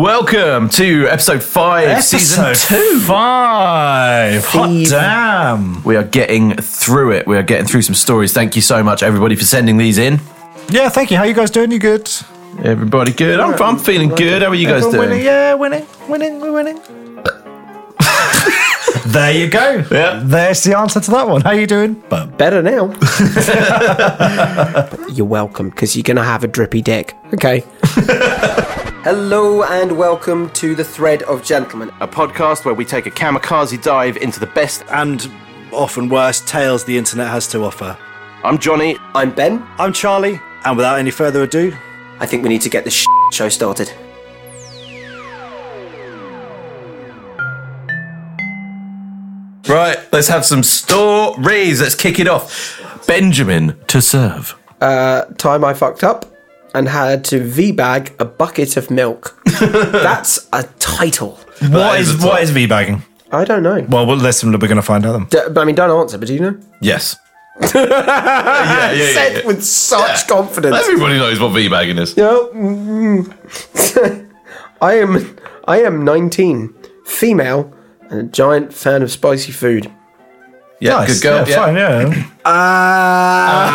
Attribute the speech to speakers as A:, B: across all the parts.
A: Welcome to episode five, season
B: Episode
A: two.
B: five. Hot
A: Season-
B: damn.
A: We are getting through it. We are getting through some stories. Thank you so much, everybody, for sending these in.
B: Yeah, thank you. How you guys doing? You good?
A: Everybody, good. I'm, I'm feeling good. How are you guys
B: Everyone winning?
A: doing?
B: Yeah, winning, winning, we're winning. there you go.
A: Yeah.
B: There's the answer to that one. How you doing? Bum.
C: Better now. But you're welcome because you're going to have a drippy dick. Okay. Hello and welcome to the Thread of Gentlemen.
A: A podcast where we take a kamikaze dive into the best.
D: and often worse tales the internet has to offer.
A: I'm Johnny.
C: I'm Ben.
D: I'm Charlie, and without any further ado,
C: I think we need to get this show started.
A: Right, let's have some stories. Let's kick it off. Benjamin to serve.
C: Uh, Time I fucked up and had to V-bag a bucket of milk. That's a title.
B: What
A: is
B: is,
A: the
B: what
A: top.
B: is V-bagging?
C: I don't know.
B: Well, we'll listen. We're going to find out then.
C: D- I mean, don't answer, but do you know?
A: Yes. yeah, yeah,
C: Said
A: yeah, yeah.
C: with such confidence.
A: Everybody knows what V-bagging is.
C: No. mm. I am I am 19, female, and a giant fan of spicy food.
A: Yeah,
B: Nice.
A: good girl.
B: Yeah,
A: Yeah,
B: Fine. Yeah.
C: Ah.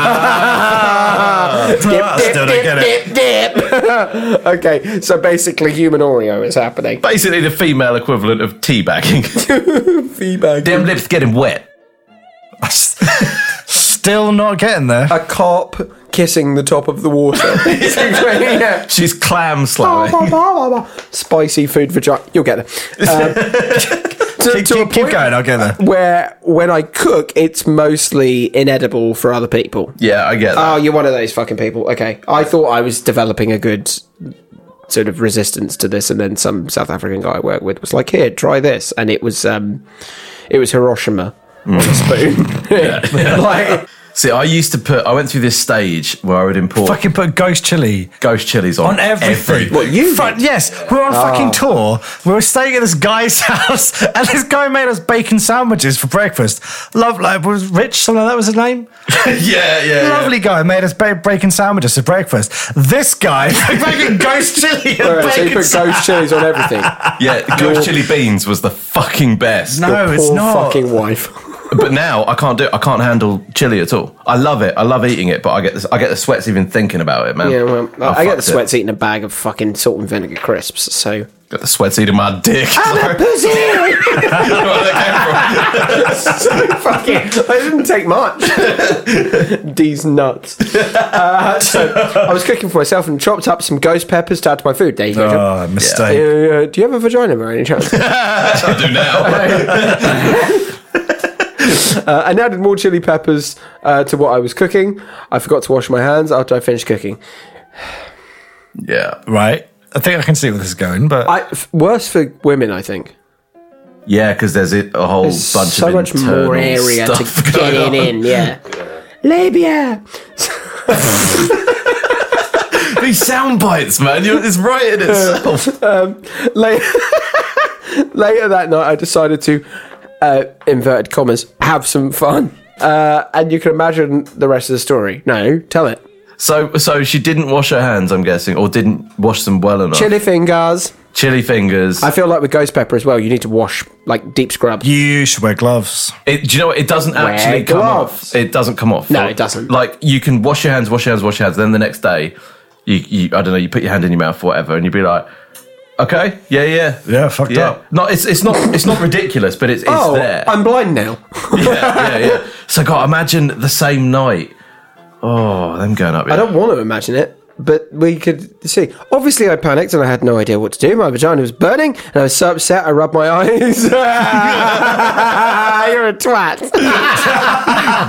B: I Ah, still don't get it.
C: okay, so basically human Oreo is happening.
A: Basically, the female equivalent of teabagging.
C: Feedback.
A: Them lips getting wet.
B: Still not getting there.
C: A carp kissing the top of the water. Yeah.
A: She's clam slamming.
C: Oh, Spicy food for giant. You'll get it. Um, to,
B: Keep,
C: to a
B: keep, keep
C: point
B: going. I'll get there.
C: where when I cook, it's mostly inedible for other people.
A: Yeah, I get that.
C: Oh, you're one of those fucking people. Okay. I thought I was developing a good sort of resistance to this, and then some South African guy I work with was like, "Here, try this," and it was um, it was Hiroshima on a spoon. like,
A: See, I used to put. I went through this stage where I would import
B: Fucking put ghost chili
A: ghost chilies on,
B: on everything.
C: What, you
B: Fuck,
C: did? Ah.
B: yes, we were on fucking tour. We were staying at this guy's house, and this guy made us bacon sandwiches for breakfast. Love, like, was Rich, something like that was his name.
A: yeah, yeah.
B: Lovely guy made us ba- bacon sandwiches for breakfast. This guy made fucking ghost chili and
C: Alright, so you
B: bacon
C: put
B: sandwiches.
C: ghost chilies on everything.
A: Yeah, ghost chili beans was the fucking best.
B: No, it's
C: Poor
B: not.
C: fucking wife.
A: But now I can't do. it. I can't handle chili at all. I love it. I love eating it, but I get this. I get the sweats even thinking about it, man.
C: Yeah, well,
A: Oh,
C: I, I get
A: fuck
C: the
A: it.
C: sweats eating a bag of fucking salt and vinegar crisps. So
A: Got the sweats eating my dick.
C: I'm a pussy.
A: I don't know where that came from.
C: Fuck it. I didn't take much. These nuts. Uh, so I was cooking for myself and chopped up some ghost peppers to add to my food. There you go. John.
B: Oh, mistake.
C: Uh, do you have a vagina by any chance? uh,
A: I do now.
C: and added more chili peppers uh, to what I was cooking. I forgot to wash my hands after I finished cooking.
A: Yeah,
B: Right. I think I can see where this is going, but
C: I, f- worse for women, I think.
A: yeah, because there's a a whole bunch
C: so
A: of
C: much
A: internal
C: more area
A: stuff
C: to get
A: going
C: it
A: on.
C: in. Yeah. Labia.
A: These sound bites, man. You're, it's right in itself.
C: Later, later that night, I decided to, uh, inverted commas, have some fun. Uh, and you can imagine the rest of the story. No, tell it.
A: So, so she didn't wash her hands, I'm guessing, or didn't wash them well enough. Chili,
C: Chili fingers.
A: fingers.
C: I feel like with ghost pepper as well, you need to wash like deep scrub.
B: you should wear gloves.
A: It, do you know what? It doesn't actually come
C: gloves.
A: off. It doesn't come off.
C: No,
A: Like-
C: it doesn't.
A: Like you can wash your hands, wash your hands, wash your hands. Then the next day, you, you I don't know, you put your hand in your mouth, or whatever, and you'd be like, okay, yeah, yeah,
B: Yeah, fucked
A: yeah.
B: up.
A: No, it's it's not it's not ridiculous, but it's it's
C: oh,
A: there.
C: I'm blind now.
A: yeah, yeah, yeah. So God, imagine the same night. Oh, them going up. Yeah.
C: I don't want to imagine it, but we could see. Obviously, I panicked and I had no idea what to do. My vagina was burning, and I was so upset I rubbed my eyes. You're a twat.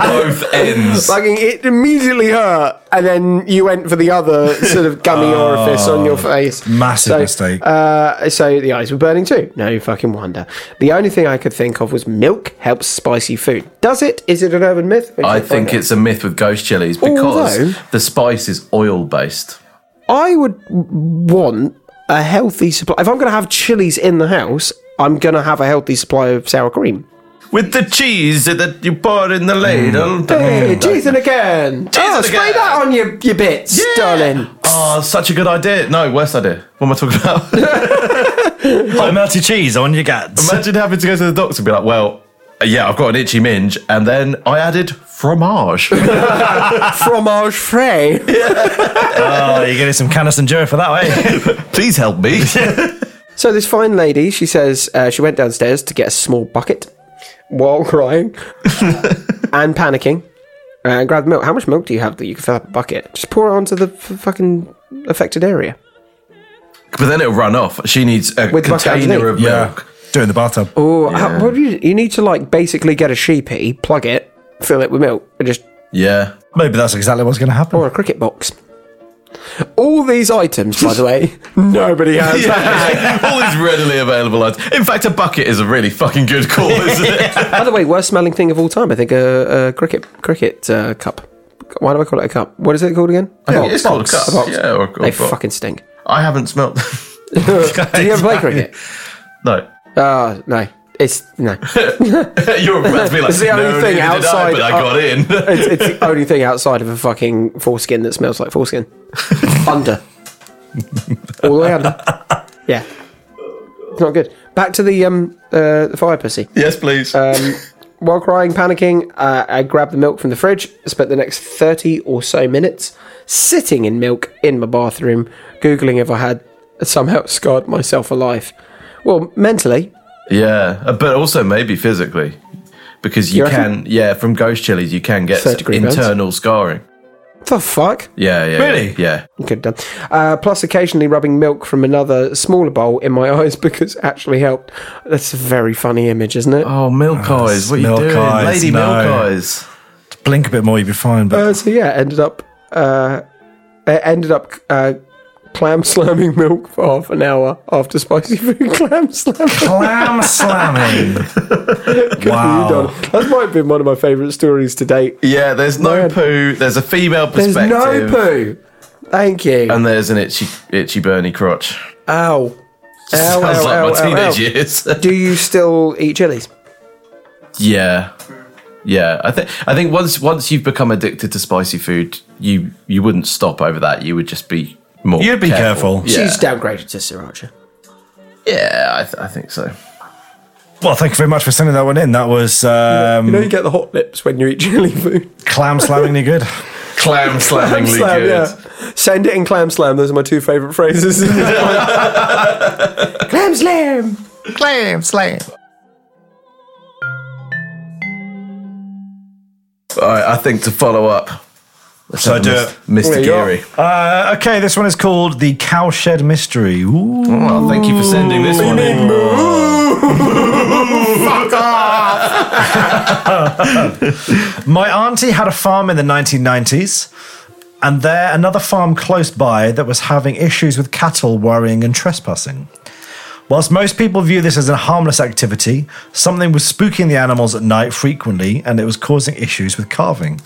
A: both ends.
C: Fucking, it immediately hurt, and then you went for the other sort of gummy orifice on your face.
B: Oh, Massive
C: So,
B: mistake.
C: Uh, so the eyes were burning too. No fucking wonder. The only thing I could think of was milk helps spicy food. Does it? Is it an urban myth? We
A: I
C: should find
A: think
C: out.
A: it's a myth with ghost chilies because
C: Although-
A: the spice is oil based.
C: I would want a healthy supply. If I'm going to have chilies in the house, I'm going to have a healthy supply of sour cream.
A: with the cheese that you pour in the ladle.
C: Hey, cheese and again. oh, spray
A: again.
C: that on your, your bits, darling.
A: Oh, such a good idea. No, worst idea. What am I talking about?
B: Put melty cheese on your gats.
A: Imagine having to go to the doctor and be like, well, uh, yeah, I've got an itchy minge. And then I added fromage.
C: Fromage frais.
B: Oh, you're getting some Canis and Joe for that, eh? way.
A: Please help me.
C: So this fine lady, she says uh, she went downstairs to get a small bucket while crying and panicking. Uh, and grabbed milk. How much milk do you have that you can fill up a bucket? Just pour it onto the f- fucking affected area.
A: but then it'll run off. She needs a
C: With bucket
A: container of
C: underneath.
A: milk.
B: Do it in the bathtub.
C: Or how, what do you, you need to like basically get a sheepy, plug it, fill it with milk, and just
A: Yeah.
B: Maybe that's exactly what's going to happen.
C: or a cricket box. All these items, by the way, nobody has.
A: All these readily available items. In fact, a bucket is a really fucking good call, isn't it?
C: By the way, worst smelling thing of all time, I think a, a cricket cricket uh, cup. Why do I call it a cup? What is it called again?
A: I think it is called a cup,
C: box.
A: yeah, or- or
C: they
A: box.
C: fucking stink.
A: I haven't smelt.
C: Did you ever play cricket?
A: no.
C: Ah, no. It's no.
A: You're about to be like,
C: It's the only
A: no, neither
C: thing
A: did I,
C: outside-
A: but I got in.
C: It's, it's the only thing outside of a fucking foreskin that smells like foreskin. under, all the way under. Yeah, it's not good. Back to the um uh, the fire pussy.
A: yes, please.
C: um, While crying, panicking, uh, I grabbed the milk from the fridge, spent the next 30 or so minutes sitting in milk in my bathroom, Googling if I had somehow scarred myself for life. Well, mentally,
A: yeah, uh, but also maybe physically. Because you
C: You reckon?
A: can, yeah, from ghost chilies, you can get
C: Third degree burns.
A: internal scarring.
C: the fuck?
A: Yeah, yeah.
B: Really?
A: Yeah.
C: Could have done. Uh, plus, occasionally rubbing milk from another smaller bowl in my eyes because it actually helped. That's a very funny image, isn't it?
A: Oh, milk eyes. What are you
B: milk
A: doing?
B: eyes,
A: Lady
B: no.
A: milk eyes.
B: Blink a bit more, you'd be fine. But
C: Uh, so yeah, ended up uh, it ended up uh, clam slamming milk for half an hour after spicy food clam slamming.
B: clam slamming. wow.
C: That might have been one of my favourite stories to date.
A: Yeah, there's no
C: Weird.
A: poo. There's a female
C: There's
A: perspective.
C: no poo. Thank you.
A: And there's an itchy, itchy Bernie crotch.
C: ow. Ow, ow,
A: Sounds like
C: ow,
A: my
C: ow, ow.
A: teenage years.
C: Do you still eat chilies?
A: yeah, yeah. I think I think once once you've become addicted to spicy food, you you wouldn't stop over that. You would just be more.
B: You'd be careful.
A: Yeah,
C: She's downgraded to sriracha.
A: yeah. I, th- I think so.
B: Well, thank you very much for sending that one in. That was um,
C: You know you get the hot lips when you eat chili food.
B: clam slammingly good.
A: Clam slammingly
C: Slam,
A: good.
C: yeah. Send it in clam slam. Those are my two favourite phrases. clam slam.
B: Clam slam.
A: All right, I think to follow up.
B: So I do it.
A: Mr.
C: There you go.
A: Geary.
B: Uh, okay, this one is called the Cowshed Mystery. Ooh.
A: Well, Oh, thank you for sending this one
C: Mm.
A: in.
B: My auntie had a farm in the 1990s, and there another farm close by that was having issues with cattle worrying and trespassing. Whilst most people view this as a harmless activity, something was spooking the animals at night frequently, and it was causing issues with carving.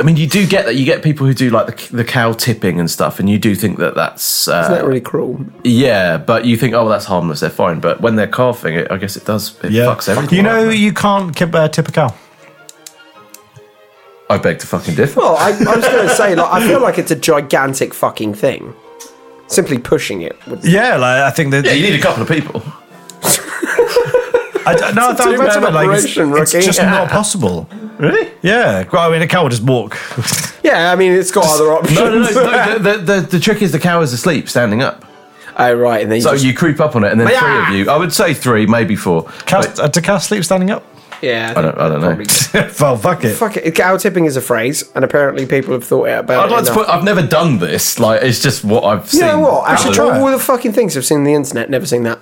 A: I mean, you do get that. You get people who do like the, the cow tipping and stuff, and you do think that that's uh,
C: Isn't that really cruel?
A: Yeah, but you think, oh, well, that's harmless. They're fine. But when they're coughing, it, I guess it does. It fucks everything.
B: you know
A: up.
B: you can't kip, uh, tip a cow.
A: I beg to fucking differ.
C: Well, I, I was going to say, like, I feel like it's a gigantic fucking thing. Simply pushing it would
B: Yeah, like I think that.
A: Yeah, you need a couple of people.
B: I, I- no, I thought
C: two-man
B: about it, like, it's,
C: operation,
B: it's
C: Ricky.
B: just not possible.
A: Really?
B: Yeah, well, I mean, a cow will just walk.
C: Yeah, I mean, it's got other options.
A: No, no, no. no the, the, the, the trick is the cow is asleep, standing up.
C: oh, right, and then you
A: So
C: just-
A: you creep up on it, and then
C: Yeah.
A: three of you. I would say three, maybe four.
B: Cow,
A: But-
B: uh, do cows sleep standing up?
C: yeah,
A: I don't. I don't know.
B: well, fuck it.
C: Fuck it, cow tipping is a phrase, and apparently people have thought it about
A: I'd
C: it
A: like to
C: enough.
A: put. I've never done this. Like it's just what I've
C: You
A: seen.
C: know what? Actually,
A: Rather-
C: try all the fucking things I've seen on the internet. Never seen that.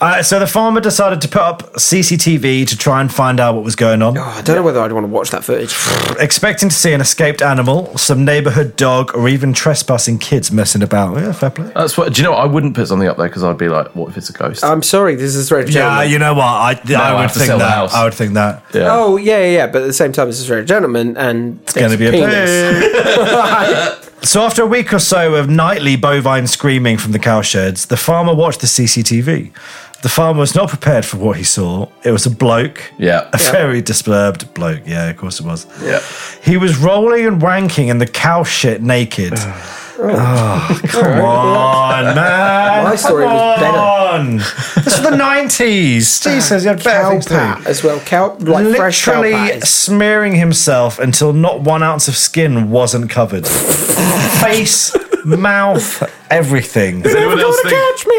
B: Uh, so the farmer decided to put up CCTV to try and find out what was going on,
C: Oh, I don't know whether I'd want to watch that footage.
B: expecting to see an escaped animal, some neighborhood dog, or even trespassing kids messing about. Yeah, fair play.
A: That's what. Do you know? What? I wouldn't put something up there because I'd be like, what if it's a ghost?
C: I'm sorry, this is Red
B: Yeah,
C: Gentleman.
B: you know what?
A: I
B: I, I would
A: have to
B: think
A: sell the
B: that.
A: house.
B: I would think that.
A: yeah.
C: Oh yeah, yeah, yeah, but at the same time, this is Red Gentleman, and it's
B: Going to be a
C: penis.
B: pig. So after a week or so of nightly bovine screaming from the cowsheds, the farmer watched the CCTV. The farmer was not prepared for what he saw. It was a bloke.
A: Yeah.
B: A very disturbed bloke. Yeah, of course it was.
A: Yeah.
B: He was rolling and wanking in the cow shit naked. Oh, come on, man.
C: My story
B: come
C: was better.
B: on. This is the 90s. Jesus, you had better
C: Cow
B: things to do
C: pat as well. Cow like fresh cow
B: literally
C: pat. is-
B: smearing himself until not one ounce of skin wasn't covered. Face, mouth, everything.
A: Anyone else think,
C: me.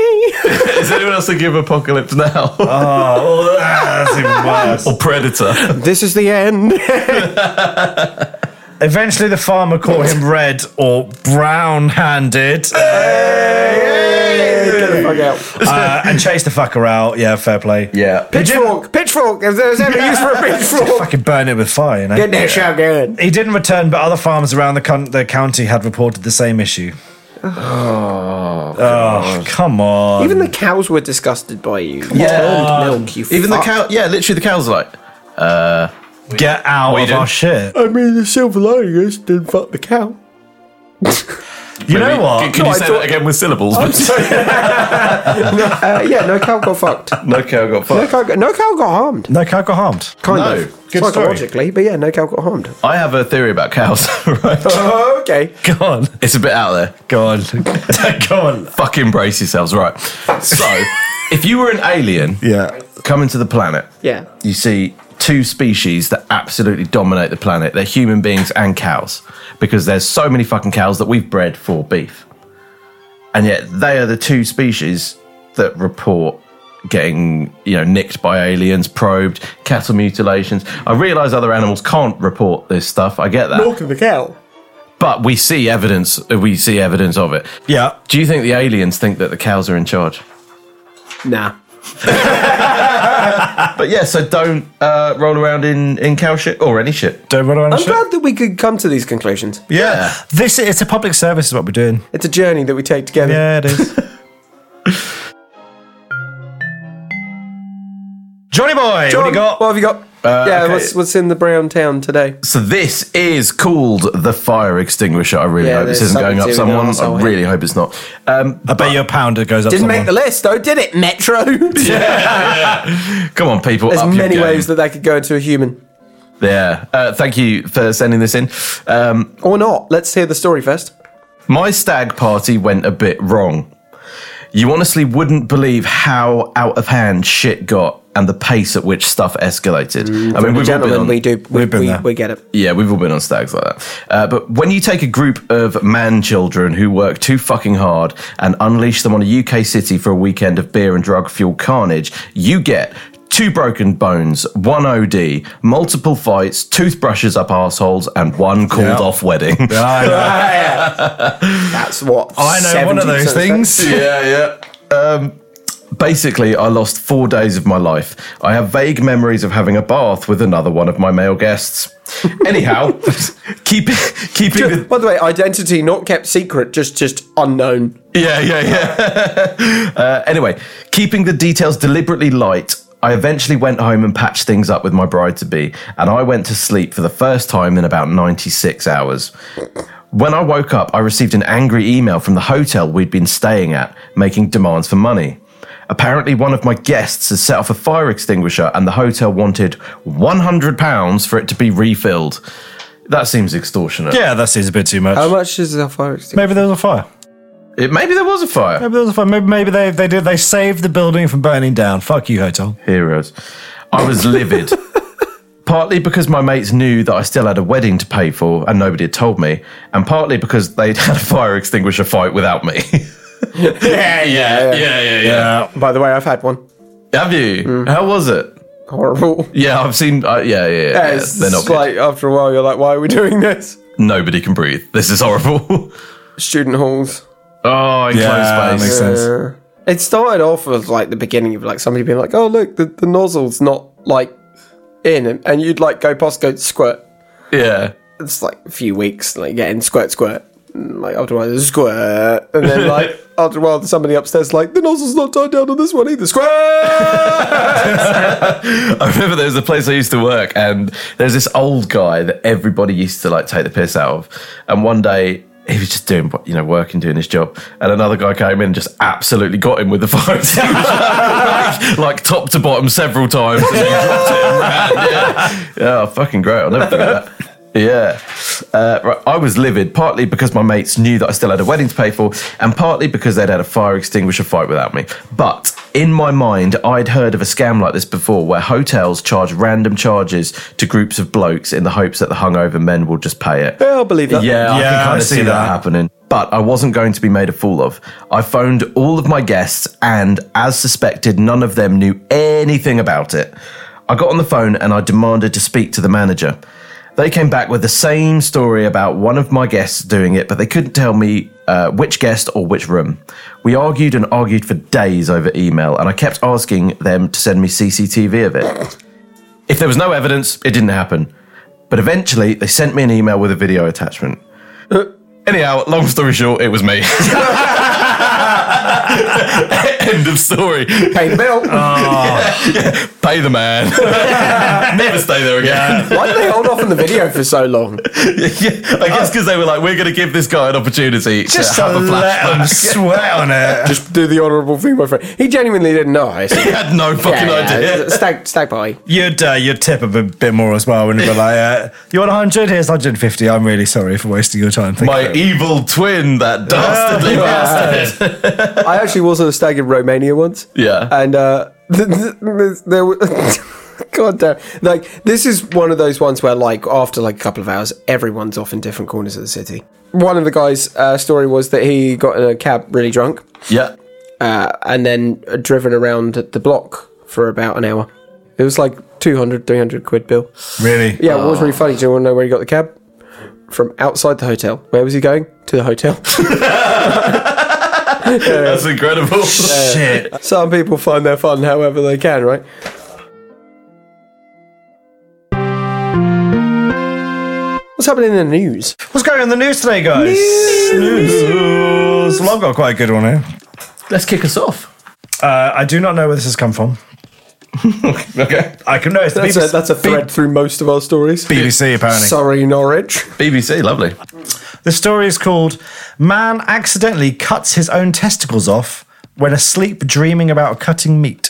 A: is anyone else thinking of Apocalypse Now?
B: Oh, that's even worse.
A: or Predator?
C: this is the end.
B: Eventually, the farmer caught him red or brown-handed
C: Fuck out.
B: uh, and chased the fucker out. Yeah, fair play.
A: yeah.
B: He didn't-
C: Pitchfork. Pitchfork. If there's ever use for a pitchfork,
B: Fucking burn it with fire, you know.
C: get that shot going.
B: He didn't return, but other farmers around the, con- the county had reported the same issue. Oh, come on.
C: Even the cows were disgusted by you.
A: Yeah.
C: Turned milk. You
A: Even the
C: fuck.
A: cow, yeah, literally the cow's like,
B: Get out
A: What are you
B: of
A: doing?
B: our shit.
C: I mean, the silver lining is didn't fuck the cow.
B: You know
A: Maybe-
B: what?
A: Can, can
C: No,
A: you
C: I
A: say
C: thought-
A: that again with syllables? please?
C: Uh, yeah, no cow got fucked.
A: no cow got
C: No
A: fucked.
C: cow, got, no cow got harmed.
B: No cow got harmed.
C: Kind
A: No.
C: of.
B: Good
C: Psychologically, but yeah, no cow got harmed.
A: I have a theory about cows. right?
C: Oh, okay.
B: Go on.
A: It's a bit out there.
B: Go on. Go on.
A: Fucking brace yourselves, right? So, if you were an alien
B: Yeah.
A: coming to the planet,
C: Yeah.
A: you see two species that absolutely dominate the planet. They're human beings and cows because there's so many fucking cows that we've bred for beef. And yet they are the two species that report getting, you know, nicked by aliens, probed, cattle mutilations. I realize other animals can't report this stuff. I get that.
C: Milking the cow.
A: But we see evidence we see evidence of it.
B: Yeah.
A: Do you think the aliens think that the cows are in charge?
C: Nah.
A: But yeah, so don't uh, roll around in, in cow shit or any shit.
B: Don't run around
C: I'm
B: and shit.
C: glad that we could come to these conclusions.
A: Yeah.
B: This is, it's a public service, is what we're doing.
C: It's a journey that we take together.
B: Yeah, it is. Johnny boy, what do you got?
C: What have you got? yeah,
A: okay.
C: what's, what's in the brown town today?
A: So this is called the fire extinguisher. I really
C: Yeah,
A: hope this
C: there's
A: isn't going up
C: something to
A: someone.
C: it,
A: I really hope it's not. Um,
B: I bet your pounder goes up.
C: Didn't
B: someone.
C: make the list though, did it, Metro?
A: come on, people.
C: There's
A: up your
C: many
A: game.
C: ways that that could go into a human.
A: Yeah. Uh, thank you for sending this in. Um,
C: Or not. Let's hear the story first.
A: My stag party went a bit wrong. You honestly wouldn't believe how out of hand shit got and the pace at which stuff
C: Mm,
A: escalated. I mean, we've all been
C: Gentlemen,
A: on,
C: we do. We,
B: We've been
C: we,
B: there.
C: we get it.
A: yeah, we've all been on stags like that. Uh, but when you take a group of man children who work too fucking hard and unleash them on a UK city for a weekend of beer and drug fueled carnage, you get. Two broken bones, one OD, multiple fights, toothbrushes up arseholes, and one called
B: Yeah.
A: off wedding.
B: I know,
C: That's what.
B: I know one of
C: 70%
B: those things.
A: yeah, yeah. Um, basically, I lost four days of my life. I have vague memories of having a bath with another one of my male guests. Anyhow, keep, keeping the
C: By the way, identity not kept secret, just just unknown.
A: Yeah, yeah, yeah. uh, anyway, keeping the details deliberately light, I eventually went home and patched things up with my bride to be, and I went to sleep for the first time in about 96 hours. When I woke up, I received an angry email from the hotel we'd been staying at, making demands for money. Apparently, one of my guests had set off a fire extinguisher, and the hotel wanted £100 for it to be refilled. That seems extortionate.
B: Yeah, that seems a bit too much.
C: How much is the fire extinguisher?
B: maybe there was a fire.
A: It- maybe there was a fire.
B: Maybe there was a fire. Maybe, maybe they, they did. They saved the building from burning down. Fuck you, hotel.
A: heroes. I was livid. partly because my mates knew that I still had a wedding to pay for and nobody had told me, and partly because they'd had a fire extinguisher fight without me. yeah, yeah, yeah, yeah, Mm.
B: Yeah.
C: By the way, I've had one.
A: Have you? How was it?
C: Horrible.
A: Yeah, I've seen. Uh, yeah, yeah, yeah. yeah,
C: it's
A: They're not.
C: just
A: good.
C: like after a while, you're like, why are we doing this?
A: nobody can breathe. This is horrible.
C: Student halls. Uh,
A: oh, enclosed
B: Yeah, makes
A: space.
B: sense.
C: It started off as like the beginning of like somebody being like, oh look, the, the nozzle's not like in, and, and you'd like go past, go squirt.
A: Yeah.
C: It's like a few weeks, like getting squirt, squirt. And, like after a while, there's squirt, and then like after a while, somebody upstairs is like the nozzle's not tied down on this one either. Squirt.
A: I remember there was a place I used to work, and there's this old guy that everybody used to like take the piss out of. And one day, he was just doing, you know, working, doing his job. And another guy came in and just absolutely got him with the phone. like, like top to bottom several times. And he dropped it and ran. Yeah. yeah, oh, fucking great. I'll never forget that. Yeah. Uh, right. I was livid, partly because my mates knew that I still had a wedding to pay for, and partly because they'd had a fire extinguisher fight without me. But in my mind, I'd heard of a scam like this before where hotels charge random charges to groups of blokes in the hopes that the hungover men will just pay it.
C: I'll believe that.
A: Yeah, I
B: Yeah,
A: can
B: I
A: kind of
B: see
A: see, that.
B: that.
A: happening. But I wasn't going to be made a fool of. I phoned all of my guests, and as suspected, none of them knew anything about it. I got on the phone and I demanded to speak to the manager. They came back with the same story about one of my guests doing it, but they couldn't tell me uh, which guest or which room. We argued and argued for days over email, and I kept asking them to send me CCTV of it. If there was no evidence, it didn't happen. But eventually, they sent me an email with a video attachment. Anyhow, long story short, it was me. End of story.
C: Pay the bill.
A: Uh. Pay the man. Never stay there again.
C: Why did they hold off on the video for so long?
A: Yeah, I guess because they were like, we're going to give this guy an opportunity
B: Just
A: to
B: to
A: have a
B: let
A: flashback.
B: them sweat on it.
C: Just do the honourable thing, my friend. He genuinely didn't know. I
A: He had no fucking idea.
C: Stag, stag party.
B: You'd uh, you'd tip a bit, bit more as well, wouldn't you? Be like, uh, you want 100? Here's 150. I'm really sorry for wasting your time. Thank
A: My
B: you.
A: evil twin, that dastardly bastard.
C: I actually was on a stag in Romania once.
A: Yeah.
C: And uh, there were. God damn. Like, this is one of those ones where, like, after like a couple of hours, everyone's off in different corners of the city. One of the guys' uh, story was that he got in a cab really drunk
A: yeah.
C: uh, and then driven around the block for about an hour. It was like 200, 300 quid bill.
B: really?
C: Yeah, what was really funny? Do you want to know where he got the cab? From outside the hotel. Where was he going? To the hotel.
A: That's incredible.
B: Shit.
C: Some people find their fun however they can, right? What's happening in the news?
B: What's going on in the news today, guys? News. Well, I've got quite a good one here.
A: Let's kick us off.
B: Uh, I do not know where this has come from.
A: Okay.
B: I can know it's the
C: That's
B: BBC,
C: a, that's a thread through most of our stories.
B: BBC apparently.
C: Sorry, Norwich.
A: BBC, lovely.
B: The story is called Man Accidentally Cuts His Own Testicles Off When Asleep Dreaming About Cutting Meat.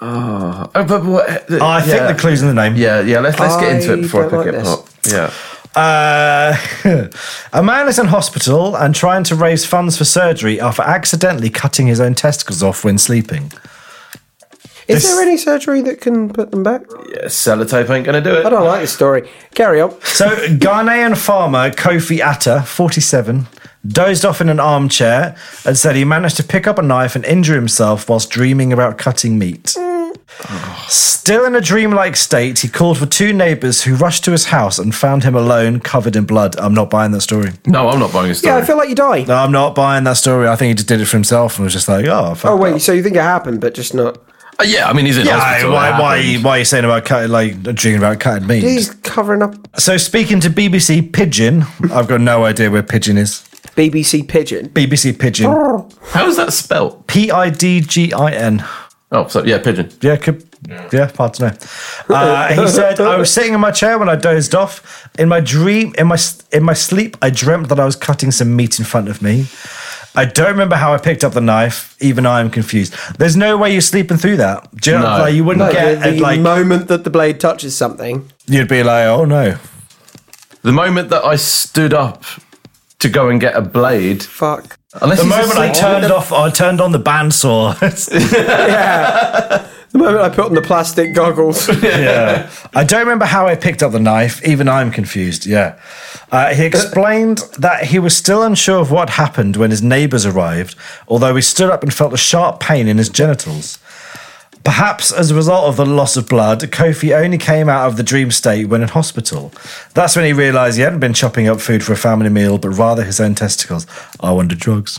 A: Oh, but what,
B: I think
A: yeah.
B: the clue's in the name.
A: Yeah, yeah. Let's let's get into
C: I
A: it before I pick
C: don't
A: it
C: like this.
A: up. Yeah.
B: Uh, a man is in hospital and trying to raise funds for surgery after accidentally cutting his own testicles off when sleeping.
C: Is
B: This-
C: there any surgery that can put them back?
A: yeah. Sellotape ain't gonna do it.
C: I don't like this story. Carry on.
B: So, Ghanaian farmer Kofi Atta, 47, dozed off in an armchair and said he managed to pick up a knife and injure himself whilst dreaming about cutting meat. Still in a dreamlike state, he called for two neighbours who rushed to his house and found him alone, covered in blood. I'm not buying that story.
A: No, I'm not buying a story.
C: Yeah, I feel like you die.
B: No, I'm not buying that story. I think he just did it for himself and was just like, oh, fuck
C: Oh
B: that.
C: wait, so you think it happened, but just not?
A: Uh, yeah, I mean, he's in
B: Yeah,
A: hospital.
B: why,
A: it
B: why, are you-
A: happened.
B: why are you saying about cutting, like, dreaming about cutting meat?
C: He's covering up
B: So, speaking to BBC Pigeon, I've got no idea where Pigeon is.
C: BBC pigeon.
B: BBC Pigeon.
A: How is that spelt?
B: P I D G I N.
A: Oh, so yeah, pigeon.
B: Yeah, could, yeah, hard to know. Uh, he said, "I was sitting in my chair when I dozed off. In my dream, in my in my sleep, I dreamt that I was cutting some meat in front of me. I don't remember how I picked up the knife. Even I am confused. There's no way you're sleeping through that. Do you know?
A: No.
B: Like you wouldn't
C: No,
B: get
C: the, the
B: like
C: moment that the blade touches something,
B: you'd be like, oh no,
A: The moment that I stood up to go and get a blade,
C: fuck.
A: unless
B: the
A: he's
B: moment I
A: asleep-
B: turned off, I turned on the bandsaw.
C: The moment I put on the plastic goggles,
B: yeah. I don't remember how I picked up the knife. Even I'm confused. Yeah. Uh, he explained that he was still unsure of what happened when his neighbors arrived, although he stood up and felt a sharp pain in his genitals. Perhaps as a result of the loss of blood, Kofi only came out of the dream state when in hospital. That's when he realized he hadn't been chopping up food for a family meal, but rather his own testicles. I wonder drugs.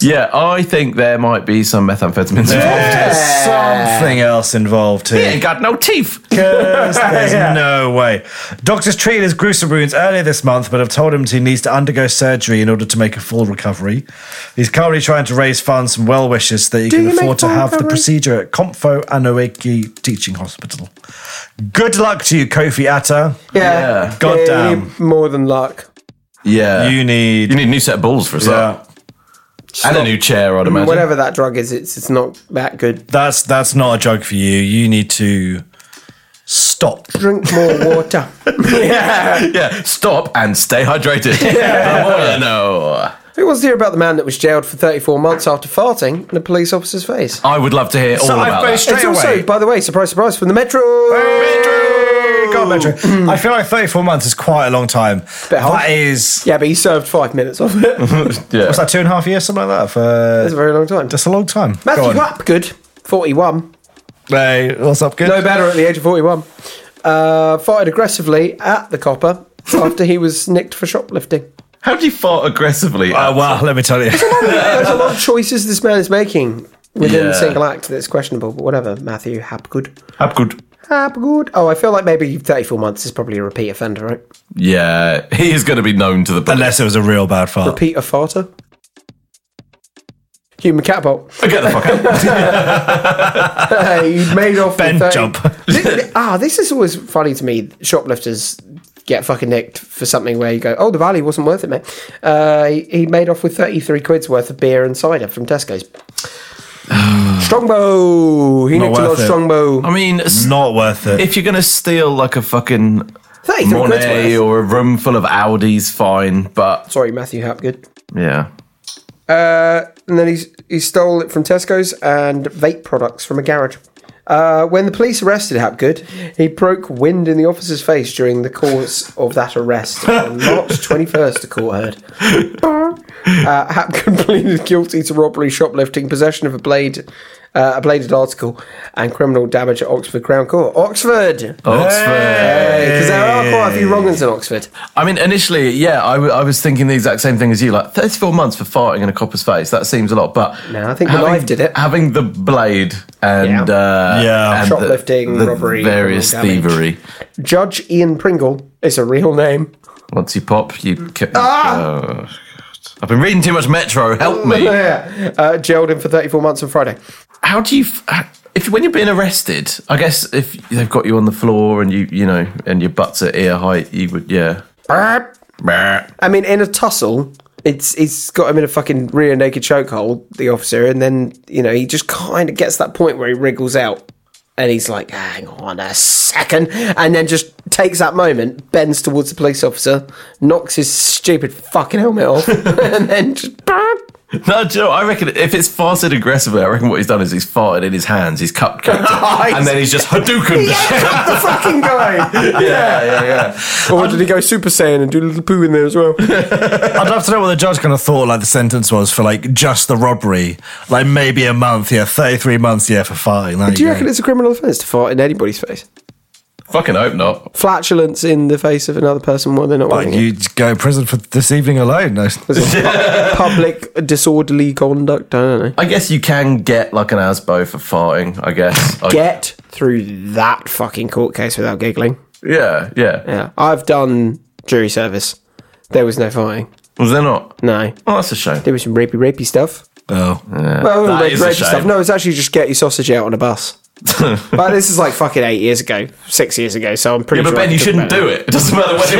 A: Yeah, I think there might be some methamphetamines involved.
B: There's something else involved here.
A: He ain't got no teeth.
B: Because there's no way. Doctors treated his gruesome wounds earlier this month, but have told him he needs to undergo surgery in order to make a full recovery. He's currently trying to raise funds from well wishers that he
C: you
B: can
C: make
B: afford to
C: full
B: have the
C: recovery?
B: procedure at Comfo Anoeki Teaching Hospital. Good luck to you, Kofi Atta.
C: yeah,
B: Goddamn.
C: you need more than luck.
A: Yeah.
B: You need- uh,
A: You need a new set of balls for a start. And a new chair, I'd imagine.
C: Whatever that drug is, it's it's not that good.
B: That's that's not a joke for you. You need to stop.
C: Drink more water. yeah.
A: Yeah, stop and stay hydrated. yeah. no.
C: Who wants to hear about the man that was jailed for 34 months after farting in a police officer's face?
A: I would love to hear all
B: I've
A: about
B: based-
A: that.
B: Straight
C: it's also,
B: away.
C: by the way, surprise, surprise, from the Metro.
B: God, Metro. I feel like 34 months is quite a long time.
C: hard.
B: That is.
C: Yeah, but he served five minutes of it. That's
A: Yeah.
B: What's that, two and a half years? Something like that?
C: a
B: For,
C: very long time.
B: that's a long time. Go
C: Matthew
B: on.
C: Hapgood, 41.
B: Hey, what's up, good?
C: No better at the age of 41. Uh, farted aggressively at the copper after he was nicked for shoplifting.
A: How do you fart aggressively?
B: Uh, well, let me tell you.
C: There's a lot of choices this man is making within a
A: Yeah.
C: single act that's questionable, but whatever, Matthew Hapgood.
A: Hapgood.
C: Hapgood. Oh, I feel like maybe 34 months is probably a repeat offender, right?
A: Yeah, he is going to be known to the police.
B: Unless it was a real bad fart.
C: Repeat a farter. Human catapult.
A: Get the fuck out.
C: Hey, he made off
B: Ben
C: with 30
B: jump.
C: Thi- ah, this is always funny to me. Shoplifters get fucking nicked for something where you go, oh, the value wasn't worth it, mate. Uh, he, he made off with 33 quid's worth of beer and cider from Tesco's. Strongbow! He nicked a lot of
B: worth it.
C: Strongbow.
A: I mean, s-
B: Not worth it.
A: if you're going to steal like a fucking
C: 33 quid's
A: Monet
C: worth.
A: or a room full of Audis, fine, but
C: Sorry, Matthew Hapgood.
A: yeah.
C: Uh, and then he, he stole it from Tesco's and vape products from a garage. Uh, when the police arrested Hapgood, he broke wind in the officer's face during the course of that arrest on March 21st, the court heard. Uh, Hapgood pleaded guilty to robbery, shoplifting, possession of a blade, uh, a bladed article, and criminal damage at Oxford Crown Court. Oxford!
A: Oh, Oxford.
C: Because there are quite a few wrong ones in Oxford.
A: I mean, initially, yeah, I, w- I was thinking the exact same thing as you. Like, 34 months for farting in a copper's face, that seems a lot, but.
C: No, I think the knife did it.
A: Having the blade and.
C: Yeah.
A: Uh,
B: Yeah.
A: and
C: Shoplifting, robbery,
A: Various
C: criminal damage.
A: thievery.
C: Judge Ian Pringle is a real name.
A: Once you pop, you. Ca-
C: Ah!
A: Oh, I've been reading too much Metro,
C: Oh,
A: help me.
C: Yeah. Uh, jailed him for 34 months on Friday.
A: How do you. F- if when you're being arrested, I guess if they've got you on the floor and you, you know, and your butt's at ear height, you would, yeah.
C: Burp. I mean, in a tussle, it's it's got him in a fucking rear naked chokehold, the officer, and then you know he just kind of gets that point where he wriggles out, and he's like, "Hang on a second, and then just takes that moment, bends towards the police officer, knocks his stupid fucking helmet off, and then just. burp.
A: No, do you know, what? I reckon if it's farted aggressively, I reckon what he's done is he's farted in his hands, he's cupcaked it, and then he's just Hadouken.
C: Cut the fucking guy!
A: yeah, yeah, yeah.
C: Or did he go Super Saiyan and do a little poo in there as well?
B: I'd love to know what the judge kind of thought like the sentence was for like just the robbery. Like maybe a month, yeah, 33 months, yeah, for farting. There
C: Do you
B: go.
C: reckon it's a criminal offence to fart in anybody's face?
A: Fucking hope not.
C: Flatulence in the face of another person while they're not
B: Like
C: wearing it.
B: you go to prison for this evening alone. No.
C: Pu- public disorderly conduct. I don't know.
A: I guess you can get like an Asbo for farting. I guess. I-
C: Get through that fucking court case without giggling.
A: yeah, yeah,
C: Yeah, I've done jury service. There was no fighting.
A: Was there not?
C: No,
A: Oh, that's a shame.
C: there was some rapey, rapey stuff.
B: Oh.
C: Well,
A: that
C: rape-
A: is a
C: rapey
A: shame.
C: stuff. No, it's actually just get your sausage out on a bus. but this is like fucking eight years ago, six years ago. So I'm pretty.
A: Yeah, but
C: sure I
A: Ben,
C: can
A: you
C: talk
A: shouldn't
C: about
A: do it. It doesn't matter what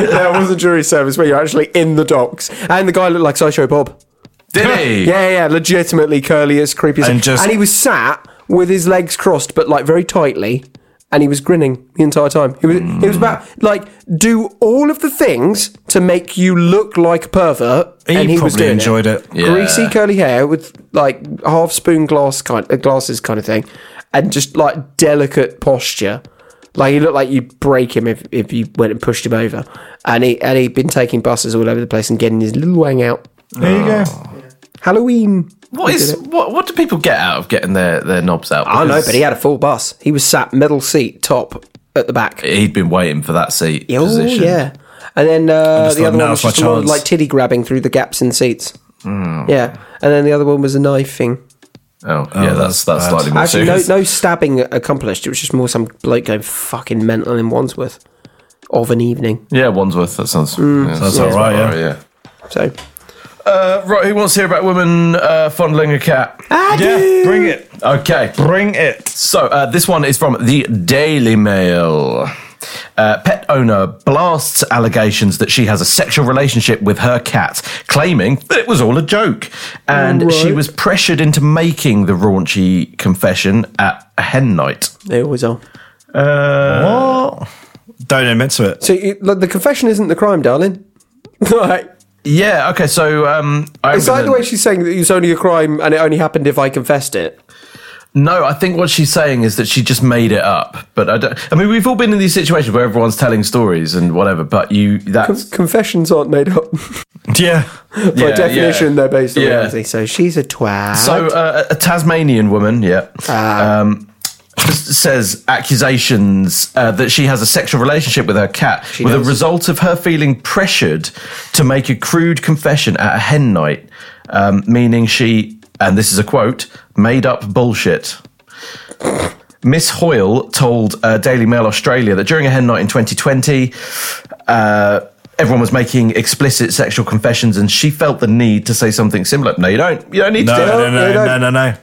A: it was.
C: it. there was a jury service where you're actually in the docks, and the guy looked like Sideshow Bob.
A: Did he?
C: Yeah, yeah, legitimately curly as creepy as
B: And just-
C: and he was sat with his legs crossed, but like very tightly, and he was grinning the entire time. He was he was about like do all of the things to make you look like a pervert,
B: He,
C: and he
B: probably
C: was doing
B: enjoyed it.
A: Yeah.
C: Greasy curly hair with like half spoon glass kind uh, glasses kind of thing, and just like delicate posture. Like he looked like you'd break him if, if you went and pushed him over, and he and he'd been taking buses all over the place and getting his little wang out.
B: There you go.
C: Halloween.
A: What is what? What do people get out of getting their their knobs out?
C: I know, but he had a full bus. He was sat middle seat, top at the back.
A: he'd been waiting for that seat
C: oh
A: position.
C: yeah, and then uh,
B: just
C: the
B: thought,
C: other one was
B: now's my
C: just a lot of,
B: chance.
C: like titty grabbing through the gaps in seats. Yeah, and then the other one was a knife thing.
A: Oh, yeah. That's
B: that's
A: that's
B: bad.
A: slightly more
C: Actually, no,
A: serious.
C: no stabbing accomplished. It was just more some bloke going fucking mental in Wandsworth of an evening.
A: Yeah, Wandsworth. That sounds.
C: Mm.
A: yeah, that sounds
B: all right,
A: about
B: yeah.
A: yeah.
C: So
A: Uh, right, who wants to hear about women uh, fondling a cat?
C: I
B: Yeah, bring it.
A: Okay,
B: Bring it.
A: so uh, this one is from the Daily Mail. Uh, pet owner blasts allegations that she has a sexual relationship with her cat, claiming that it was all a joke. And she was pressured into making the raunchy confession at a hen night.
C: They always are.
A: Uh,
C: Oh.
B: What? Don't admit to it.
C: So you, like, the confession isn't the crime, darling. like,
A: Yeah, okay, so um, I'm
C: it's like the
A: gonna-
C: way she's saying that it's only a crime and it only happened if I confessed it.
A: No, I think what she's saying is that she just made it up. But I don't. I mean, we've all been in these situations where everyone's telling stories and whatever. But you,
C: Con-
A: that's
C: confessions aren't made up.
B: Yeah.
C: By
A: yeah,
C: definition,
A: yeah.
C: they're based on
A: Yeah.
C: reality. So she's a twat.
A: So uh, a Tasmanian woman, yeah, um, s- says accusations uh, that she has a sexual relationship with her cat, with
C: does.
A: a result of her feeling pressured to make a crude confession at a hen night, um, meaning she, and this is a quote, made up bullshit. Miss Hoyle told uh, Daily Mail Australia that during a hen night in 2020, uh, everyone was making explicit sexual confessions, and she felt the need to say something similar. No, you don't. You don't need
B: No,
A: to. do it.
B: no, no,
C: they don't-
B: no, no,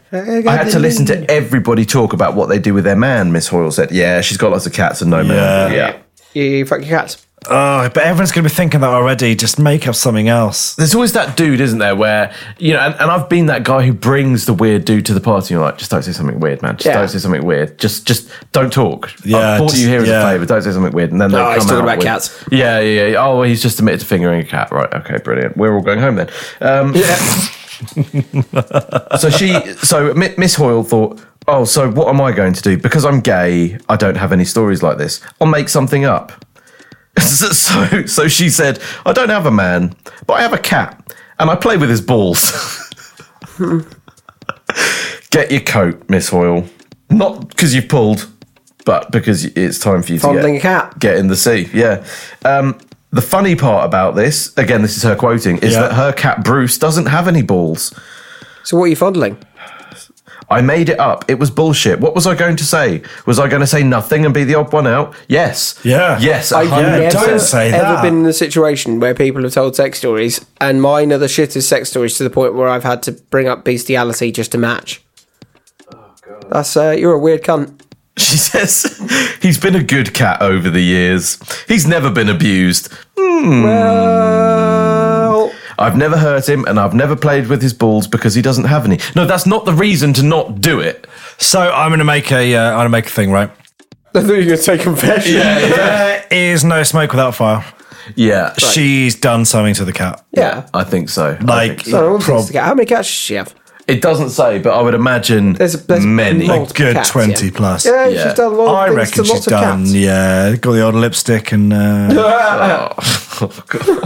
B: no.
A: I had to listen to everybody talk about what they do with their man. Miss Hoyle said, "Yeah, she's got lots of cats and no man."
B: Yeah.
A: Yeah.
C: You, you fuck your cats.
B: Oh, but everyone's going to be thinking that already. Just make up something else.
A: There's always that dude, isn't there? Where you know, and, and I've been that guy who brings the weird dude to the party. And you're like, just don't say something weird, man. Just
C: Yeah.
A: don't say something weird. Just, just don't talk.
B: Yeah,
A: I bought
B: just-
A: you here as
B: yeah.
A: a favour. Don't say something weird. And then they'll
C: Oh,
A: come
C: he's talking
A: out
C: about
A: with-
C: cats.
A: Yeah, yeah, yeah. Oh, well, he's just admitted to fingering a cat. Right. Okay. Brilliant. We're all going home then. Um, so she, so M- Miss Hoyle thought, oh, so what am I going to do? Because I'm gay, I don't have any stories like this. I'll make something up. so, so, so she said, I don't have a man, but I have a cat, and I play with his balls. Get your coat, Miss Hoyle. Not because you've pulled, but because it's time for you to
C: Fondling
A: get
C: a cat.
A: get in the sea. Yeah. Um, the funny part about this, again, this is her quoting, is
B: Yeah.
A: that her cat Bruce doesn't have any balls.
C: So what are you fondling?
A: I made it up. It was bullshit. What was I going to say? Was I going to say nothing and be the odd one out? Yes.
B: Yeah.
A: Yes.
C: I've
A: 100%.
B: yeah, don't
C: never
B: say
C: ever
B: that.
C: been in a situation where people have told sex stories, and mine are the shittest sex stories to the point where I've had to bring up bestiality just to match. That's uh, you're a weird cunt.
A: She says, he's been a good cat over the years. He's never been abused. Hmm.
C: Well,
A: I've never hurt him and I've never played with his balls because he doesn't have any. No, that's not the reason to not do it.
B: So I'm going to make a, uh, I'm going to make a thing, right?
C: I thought you were going to say confession. Yeah,
B: There is no smoke without fire.
A: Yeah.
B: She's done something to the cat.
C: yeah.
A: I think so. I
B: Like,
A: think so.
C: So,
B: prob-
C: how many cats does she have?
A: it doesn't say, but I would imagine
C: There's a- there's
A: many.
C: more.
B: a good
C: Cats,
B: 20
C: yeah.
B: plus.
C: Yeah,
A: Yeah.
C: she's done a lot
B: I
C: of things
B: reckon
C: to
B: she's
C: lots of
B: done,
C: cats.
B: yeah. Got the odd lipstick and uh,
A: Oh,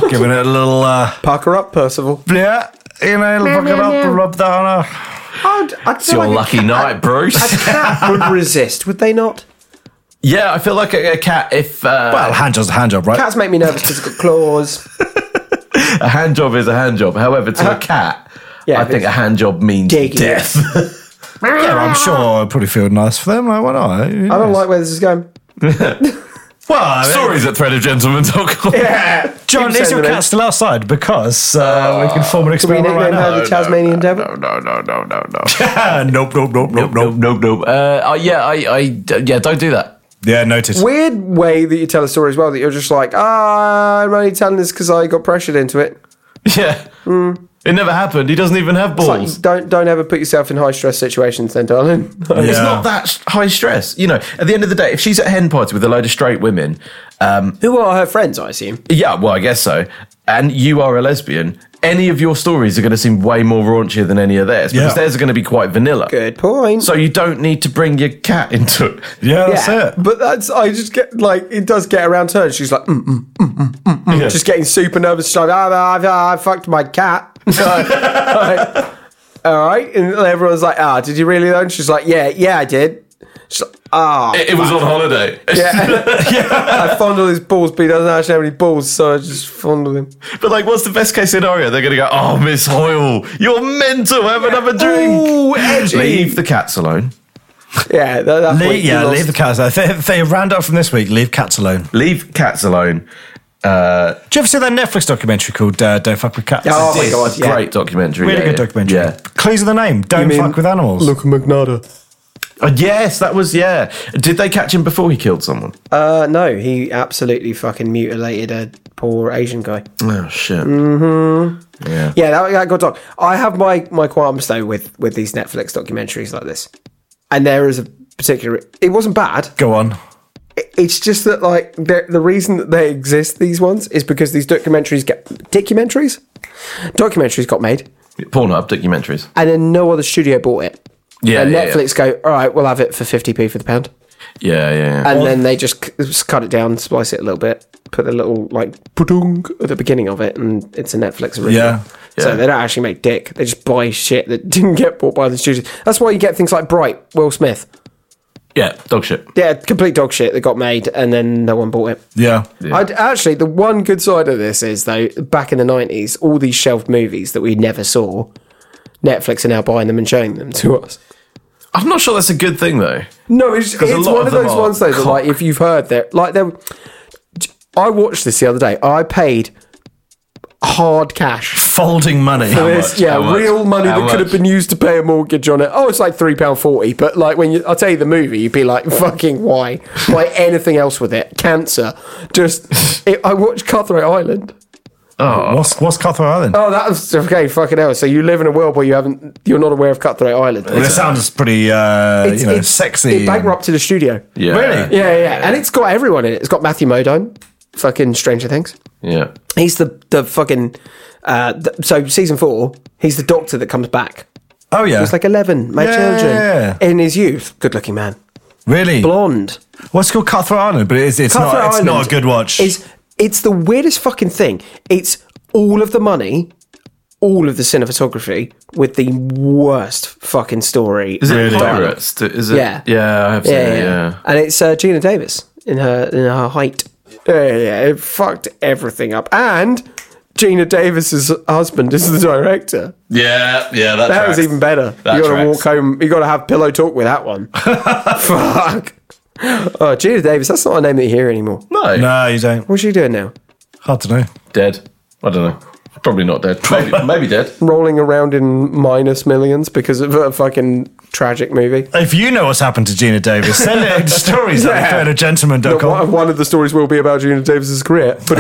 B: giving it a little, uh,
C: Park her up, Percival.
B: yeah, you know, fuck it up, rub that on her.
C: I'd, I'd
A: It's your lucky night, Bruce.
C: cat would resist, would they not?
A: yeah, I feel like a, a cat, if uh,
B: Well, hand job's a hand job, right?
C: Cats make me nervous because they've got claws.
A: a hand job is a hand job. However, to a cat,
C: Yeah,
A: I think a
C: it's-
A: hand job means
C: Digging.
A: death.
B: Yeah, I'm sure it probably feel nice for them. Like, why not?
C: I don't like where this is going.
B: Well, I mean,
A: Stories at threadofgentlemen.com.
B: John,
C: Keep
B: is your
C: saying the
B: cat still outside? Because uh, we can form an
C: Can we
B: experiment
C: nickname
B: right now.
C: her the Tasmanian Devil?
A: No, no, no, no, no.
B: nope, nope, nope, nope,
A: nope,
B: nope.
A: nope, nope. Uh, I yeah, I, I, yeah, don't do that.
B: Yeah, noted.
C: Weird way that you tell a story as well that you're just like, ah, I'm only telling this because I got pressured into it.
A: Yeah. It never happened. He doesn't even have
C: Like,
A: balls. Hmm. It's,
C: don't don't ever put yourself in high stress situations, then, darling.
B: Yeah.
A: not that s- high stress. You know, at the end of the day, if she's at a hen party with a load of straight women, um,
C: Who are her friends? I assume.
A: yeah, well, I guess so, and you are a lesbian, any of your stories are going to seem way more raunchier than any of theirs because
B: Yeah.
A: theirs are going to be quite vanilla.
C: Good point.
A: So you don't need to bring your cat into it.
B: Yeah, that's it.
C: But that's I just get like it does get around to her. And she's like, mm, mm, mm, mm, mm, just getting super nervous. She's like, ah, ah, ah, I fucked my cat. Like, like, All right, and everyone's like, ah, did you really though? And she's like, yeah, yeah, I did. She's like, ah,
A: It, was on holiday.
C: yeah, I fondled his balls, but he doesn't actually have any balls, so I just fondled him.
A: But like, what's the best case scenario? They're going to go, "Oh, Miss Hoyle, you're mental. Have another drink."
C: Ooh, edgy.
A: Leave the cats alone.
C: Yeah, that, that
B: Le-
C: point you
B: yeah,
C: lost.
B: leave the cats. alone. They, they round up from this week. Leave cats alone.
A: Leave cats alone. Uh,
B: Do you ever see that Netflix documentary called uh, "Don't Fuck with Cats"?
C: Oh my
A: This
C: god, yeah.
A: Great documentary.
B: really
A: yeah,
B: good
A: yeah.
B: documentary.
A: Yeah.
B: Clues of the name: Don't fuck with animals.
C: Luca Magnata.
A: Uh, yes, that was yeah. Did they catch him before he killed someone?
C: Uh, no, he absolutely fucking mutilated a poor Asian guy.
A: Oh shit. Yeah.
C: Mm-hmm. Yeah, that, that got dark. I have my my qualms though with with these Netflix documentaries like this, and there is a particular. It wasn't bad.
B: Go on.
C: It- It's just that like the the reason that they exist these ones is because these documentaries get documentaries, documentaries got made,
A: Pornhub documentaries.
C: and then no other studio bought it.
A: Yeah,
C: and
A: yeah, yeah.
C: Netflix go, all right, we'll have it for fifty p for the pound,
A: Yeah, yeah. yeah.
C: and then they just, c- just cut it down, splice it a little bit, put the little like putung at the beginning of it, and it's a Netflix original.
B: Yeah.
A: Yeah.
C: So they don't actually make dick; they just buy shit that didn't get bought by the studios. That's why you get things like Bright, Will Smith,
A: yeah, dog shit.
C: yeah, complete dog shit that got made, and then no one bought it.
B: Yeah.
C: I'd, actually, the one good side of this is though, back in the nineties, all these shelved movies that we never saw, Netflix are now buying them and showing them to us.
A: I'm not sure that's a good thing though.
C: No, it's,
A: a
C: it's
A: lot
C: one
A: of
C: of
A: them
C: those
A: are
C: ones though. That, like if you've heard that, like there, I watched this the other day. I paid hard cash.
B: Folding money.
C: for
A: much?
C: this. yeah,
A: How much?
C: real money
A: How
C: that could have
A: much?
C: been used to pay a mortgage on it. Oh, it's like three pound forty. But like when you, I'll tell you the movie, you'd be like, "Fucking why? Why anything else with it? Cancer." Just it, I watched Cutthroat Island.
B: What's what's Cutthroat Island?
C: Oh, that was okay. Fucking hell. So you live in a world where you haven't, you're not aware of Cutthroat Island.
B: Well, it sounds pretty, uh,
C: It's-
B: you know,
C: it's-
B: sexy.
C: It bankrupted a studio.
A: Yeah.
B: Really?
C: Yeah, yeah, yeah. And it's got everyone in it. It's got Matthew Modine, fucking Stranger Things.
A: Yeah.
C: He's the the fucking uh th- so season 4, he's the doctor that comes back.
B: Oh yeah.
C: He's like 11, my
B: Yeah.
C: children in his youth. Good-looking man.
B: really?
C: Blonde.
B: What's it called Cutthroat Island? But it's it's
C: Cutthroat
B: not it's not
C: Island
B: a good watch.
C: Is it's the weirdest fucking thing. It's all of the money, all of the cinematography with the worst fucking story.
A: Is it
B: Really?
A: pirates? Do- Is it?
C: Yeah.
A: Yeah, I have seen
C: yeah,
A: it.
C: yeah.
A: Yeah.
C: And it's uh, Gina Davis in her in her height. Yeah, yeah, it fucked everything up. And Gina Davis's husband is the director.
A: Yeah, yeah. That,
C: That
A: tracks.
C: was even better.
A: That
C: you got to
A: tracks.
C: walk home. You got to have pillow talk with that one. Fuck. Oh, Gina Davis. That's not a name that you hear anymore.
A: No.
B: no, you don't.
C: What's she doing now?
B: Hard to know.
A: Dead. I don't know. Probably not dead. Maybe, maybe dead.
C: Rolling around in minus millions because of a fucking tragic movie.
B: If you know what's happened to Gina Davis, send it in stories
C: Yeah.
B: at
C: But one
B: gentleman.com.
C: one of the stories will be about Gina Davis's career. But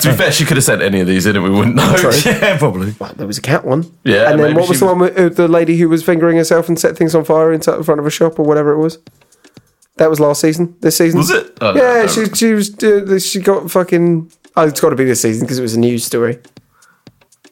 A: To be fair, she could have sent any of these in and we wouldn't know.
B: Yeah, probably.
C: There was a cat one.
A: Yeah,
C: And then
A: maybe
C: what
A: she
C: was the
A: was-
C: one with uh, the lady who was fingering herself and set things on fire in, in front of a shop or whatever it was? That was last season. This season
A: Was it? Oh, no,
C: yeah,
A: no.
C: she she was uh, she got fucking. Oh, it's got to be this season because it was a news story.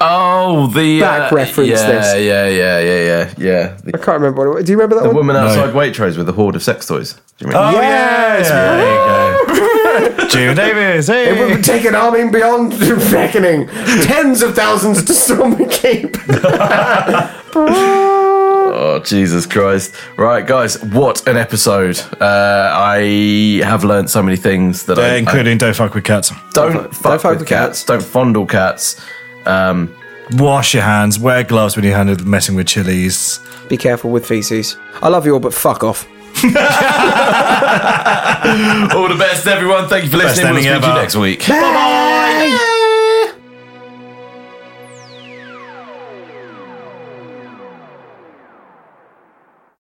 A: Oh, the
C: Back reference
A: Yeah,
C: this.
A: yeah, yeah, yeah, yeah, yeah. The,
C: I can't remember what it was. Do you remember that
A: the
C: one?
A: woman outside Waitrose with a horde of sex toys. Do you mean?
B: Oh,
C: Yes!
B: yeah. There you go. Gina Davis.
C: It
B: Hey.
C: would take an army beyond reckoning. Tens of thousands to storm the keep.
A: Oh, Jesus Christ. Right, guys, what an episode. Uh, I have learned so many things that
B: Uh,
A: I, I
B: including don't fuck with cats.
A: don't, fuck, with, cats. don't fondle cats. Um,
B: Wash your hands. Wear gloves when you're handed messing with chilies.
C: Be careful with feces. I love you all, but fuck off.
A: all the best, everyone. Thank you for listening. We'll
B: ending
A: speak to you
B: ever.
A: next week.
B: Bye.